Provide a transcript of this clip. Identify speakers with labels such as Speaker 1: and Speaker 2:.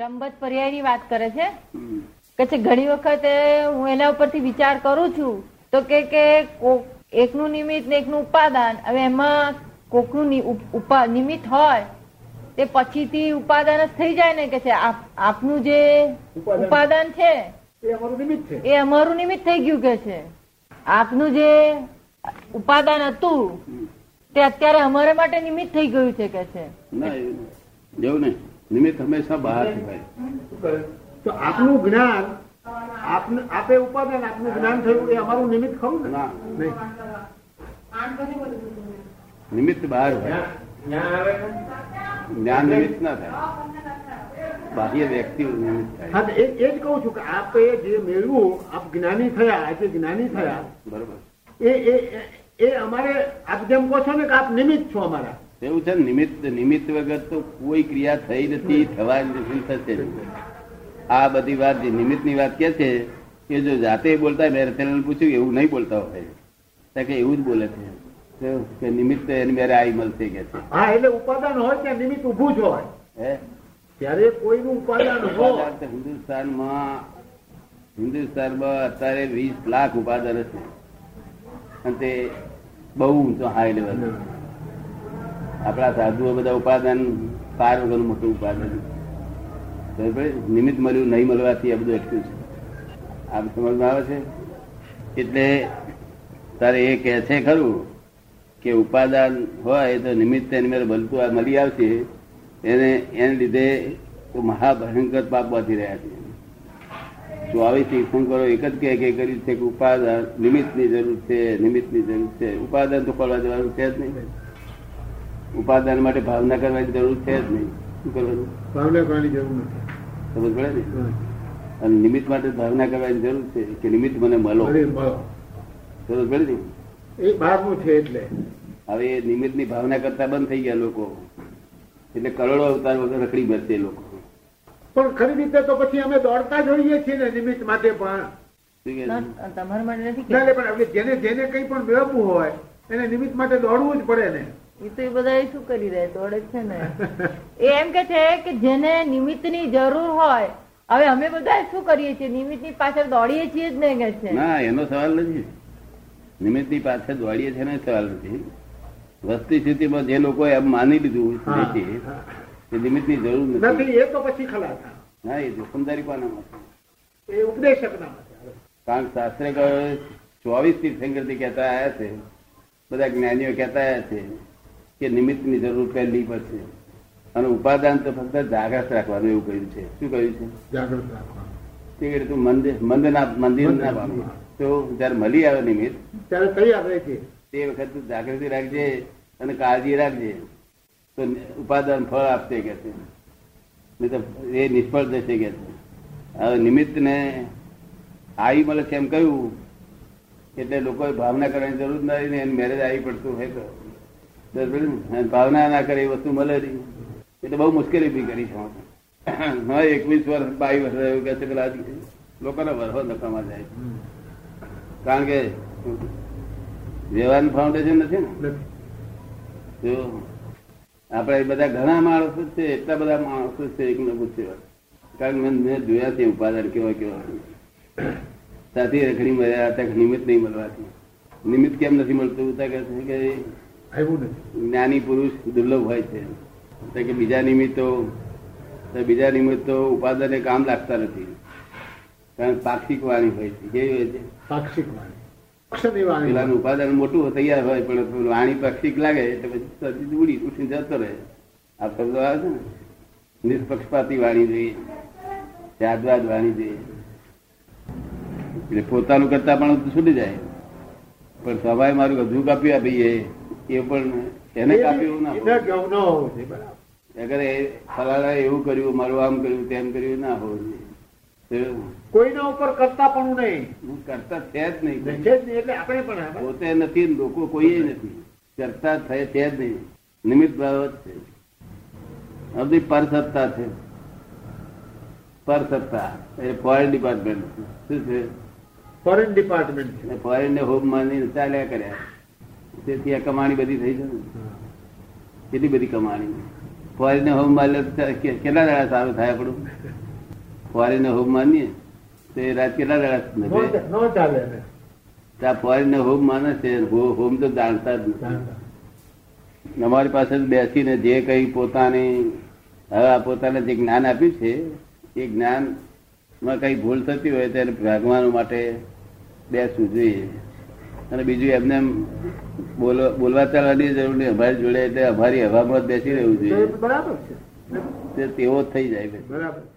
Speaker 1: રમબત પર્યાયની વાત કરે છે કે છે ઘણી વખત હું એના ઉપરથી વિચાર કરું છું તો કે કે કો- એકનું નિમિત્ત ને એકનું ઉપાદાન હવે એમાં કોકનું નિ- ઉપ- ઉપા- નિમિત્ત હોય તે પછીથી ઉપાદાન જ થઈ જાય ને કે છે આપ- આપનું જે
Speaker 2: ઉપાદાન.
Speaker 1: ઉપાદાન છે
Speaker 2: એ અમારું નિમિત્ત છે
Speaker 1: એ અમારું નિમિત્ત થઈ ગયું કે છે આપનું જે ઉપાદાન હતું તે અત્યારે અમારા માટે નિમિત્ત થઈ ગયું છે કે છે
Speaker 3: ના એવું નહીં. એવું નહીં નિમિત્ત હંમેશા બહારથી ભાઈ
Speaker 2: શું કરે? તો આપનું જ્ઞાન આપને- આપે ઉપાદાન આપનું જ્ઞાન થયું એ અમારું નિમિત્ત ખરું ને
Speaker 3: ના
Speaker 2: નહીં.
Speaker 3: નિમિત્ત બહાર હોય જ્ઞાન નિમિત્ત ના થાય બાહ્ય વ્યક્તિ નિમિત્ત થાય
Speaker 2: હા તો એ એ જ કહું છું કે આપે જે મેળવ્યું આપ જ્ઞાની થયા આજે જ્ઞાની થયા
Speaker 3: બરોબર
Speaker 2: એ એ- એ એ અમારે આપ જેમ કહો છો ને કે આપ નિમિત્ત છો અમારા
Speaker 3: એવું છે ને, નિમિત્ત નિમિત્ત વગર તો કોઈ ક્રિયા થઈ નથી થવાની નથી થશે નહીં. આ બધી વાત જે નિમિત્તની વાત કે છે કે જો જાતે બોલતા મેં રતનલાલને પૂછ્યું એવું નહીં બોલતા હોય તો કે એવું જ બોલે છે તો કે નિમિત્ત એની મેરે આઈ મળશે કે છે
Speaker 2: હા એટલે ઉપાદાન હોય ત્યાં નિમિત્ત ઊભું જ હોય
Speaker 3: હે
Speaker 2: ત્યારે કોઈનું ઉપાદાન હોય
Speaker 3: ઉપાદાન તો હિન્દુસ્તાનમાં હિન્દુસ્તાનમાં અત્યારે વીસ લાખ ઉપાદાન છે અને તે બહુ ઊંચો હાઈ લેવલ છે આપણા સાધુઓ બધા ઉપાદાન પાર વગરનું મોટું ઉપાદાન બરાબર? નિમિત્ત મળ્યું નહીં મળવાથી આ બધું અટક્યું છે આ સમજમાં આવે છે એટલે તારે એ કહે છે ખરું કે ઉપાદાન હોય તો નિમિત્ત એની મેળ ભલતું આ મળી આવશે એને એને લીધે મહાભયંકર પાપ બાંધી રહ્યા છે ચોવીસ તીર્થંકરો એક જ કહે કે કર્યું છે કે ઉપાદાન નિમિત્તની જરૂર છે નિમિત્તની જરૂર છે ઉપાદાન તો કરવા જવાનું છે જ નહીં ઉપાદાન માટે ભાવના કરવાની જરૂર છે જ નહીં શું કરવાનું
Speaker 2: ભાવના કરવાની જરૂર નથી
Speaker 3: સમજ પડે ને અને નિમિત્ત માટે ભાવના કરવાની જરૂર છે કે નિમિત્ત મને મળો
Speaker 2: અરે મળો.
Speaker 3: સમજ પડે ને
Speaker 2: એ બહારનું છે એટલે
Speaker 3: હવે એ નિમિત્તની ભાવના કરતા બંધ થઈ ગયા લોકો એટલે કરોડો અવતાર વગર રખડી બેસે એ લોકો
Speaker 2: પણ ખરી રીતે તો પછી અમે દોડતા જ હોઈએ છીએ ને નિમિત્ત માટે પણ
Speaker 3: શું કહે
Speaker 1: ના,
Speaker 3: છે?
Speaker 1: તમારા માટે નથી
Speaker 2: ના
Speaker 1: કે
Speaker 2: એટલે પણ આપણે જેને જેને કંઈ પણ મેળવવું હોય એને નિમિત્ત માટે દોડવું જ પડે ને
Speaker 1: એ તો એ બધા એ શું કરી રહ્યા છે? દોડે જ છે ને એ એમ કે છે કે જેને નિમિત્તની જરૂર હોય હવે અમે બધા શું કરીએ છીએ નિમિત્તની પાછળ દોડીએ છીએ જ ને કે છે
Speaker 3: ના એનો સવાલ નથી નિમિત્તની પાછળ દોડીએ છે એનો સવાલ નથી વસ્તી સ્થિતિમાં જે લોકો એમ માની લીધું
Speaker 2: હા.
Speaker 3: છે એ નિમિત્તની જરૂર નથી
Speaker 2: નથી એ તો પછી ખલાસ
Speaker 3: ના એ જોખમદારી કોનામાં છે
Speaker 2: એ ઉપદેશકના માટે
Speaker 3: કારણ કે શાસ્ત્ર કહે ચોવીસ તીર્થંકરથી કહેતા આવ્યા છે બધા જ્ઞાનીઓ કહેતા આવ્યા છે કે નિમિત્તની જરૂર પહેલી પડશે અને ઉપાદાન તો ફક્ત જાગ્રત રાખવાનું એવું કહ્યું છે શું કહ્યું છે
Speaker 2: જાગૃત રાખવાનું
Speaker 3: તે રીતે તું મંદિર મંદ ના મંદિર ના પામે તો જ્યારે મળી આવે નિમિત્ત
Speaker 2: ત્યારે તૈયાર રહેજે
Speaker 3: તે વખત તું જાગૃતિ રાખજે અને કાળજી રાખજે તો ઉપાદાન ફળ આપશે કે છે નહીં તો એ નિષ્ફળ જશે કે છે હવે નિમિત્તને આવી મળે છે એમ કહ્યું એટલે લોકોએ ભાવના કરવાની જરૂર નથી ને એને મેરેજ આવી પડતું હોય તો બરાબર ને? અને ભાવના ના કરે એ વસ્તુ મળે નહીં એટલે બહુ મુશ્કેલી ઊભી કરી છે આમાં. હા એકવીસ વર્ષ બાવીસ વર્ષ એવું કહે છે પેલા લોકોના વરહો નકામાં જાય છે. કારણ કે વ્યવહારનું ફાઉન્ડેશન નથી ને
Speaker 2: નથી
Speaker 3: જો આપણે બધા ઘણા માણસો છે એટલા બધા માણસો છે એકને પૂછ્યો કારણ કે મેં- મેં જોયા છે ઉપાદાન કેવા કેવા સાથે રખડી મળ્યા હતા કે નિમિત્ત નહીં મળવાથી નિમિત્ત કેમ નથી મળતું તો કહે છે કે
Speaker 2: આવ્યું નથી
Speaker 3: જ્ઞાની પુરુષ દુર્લભ હોય છે તો કે બીજા નિમિત્તો તો બીજા નિમિત્તો ઉપાદાને કામ લાગતા નથી કારણ કે પાક્ષિક વાણી હોય છે કેવી હોય છે
Speaker 2: પાક્ષિક વાણી પક્ષની
Speaker 3: પેલાનું
Speaker 2: વાણી
Speaker 3: ઉપાદાન મોટું તૈયાર હોય પણ પેલું વાણી પક્ષિક લાગે એટલે પછી સજી ઉડી ઉઠીને જતો રહે આ શબ્દ આવે છે ને નિષ્પક્ષપાતી વાણી જોઈએ ત્યાદવાદ વાણી જોઈએ એટલે પોતાનું કરતા પણ છૂટી જાય પણ સવાય મારું ગધું કાપ્યું આ ભાઈએ એ પણ એને કાપ્યું એવું ના
Speaker 2: એ-
Speaker 3: હોય.
Speaker 2: એને ગમ ન હોવું જોઈએ, બરાબર.
Speaker 3: અગર એ ફલાણા એવું કર્યું મારું આમ કર્યું તેમ કર્યું ના હોવું જોઈએ એવું
Speaker 2: કોઈના ઉપર કરતા પણ નહીં
Speaker 3: હું કરતા છે જ નહીં
Speaker 2: છે જ નહીં એટલે આપણે પણ હા, બરાબર.
Speaker 3: પોતે નથી ને લોકો કોઈએ નથી કરતા થાય છે જ નહીં નિમિત્ત બાબત છે આ બધી પરસત્તા છે પરસત્તા એ ફોરેન ડિપાર્ટમેન્ટ શું છે
Speaker 2: ફોરેન ડિપાર્ટમેન્ટ છે
Speaker 3: અને ફોરેન ને હોમ માની ચાલ્યા કર્યા તેથી આ કમાણી બધી થઈ છે ને
Speaker 2: હા.
Speaker 3: કેટલી બધી કમાણી ફોરીને હોમ માર્યો તો કે- કેટલા દાડા સારું થાય આપણું ફોરીને હોમ માનીએ તો એ રાત કેટલા દાડા
Speaker 2: નો
Speaker 3: નભે?
Speaker 2: ચા- નો ચાલે એને.
Speaker 3: તો આ ફોરીને હોમ માને છે હો- હોમ તો જાણતા જ નથી
Speaker 2: જાણતા.
Speaker 3: અમારી પાસે બેસીને જે કઈ પોતાની હવે આ પોતાને જે જ્ઞાન આપ્યું છે એ જ્ઞાનમાં કઈ ભૂલ થતી હોય તો એને ભાગવાનું માટે બેસવું જોઈએ અને બીજું એમને એમ બોલો- બોલવા ચાલવાની જરૂર નહીં અમારી જોડે એટલે અમારી હવામાં જ બેસી રહેવું
Speaker 2: તો એ
Speaker 3: જોઈએ
Speaker 2: બરાબર છે
Speaker 3: તે તેવો જ થઈ જાય
Speaker 2: બરાબર છે.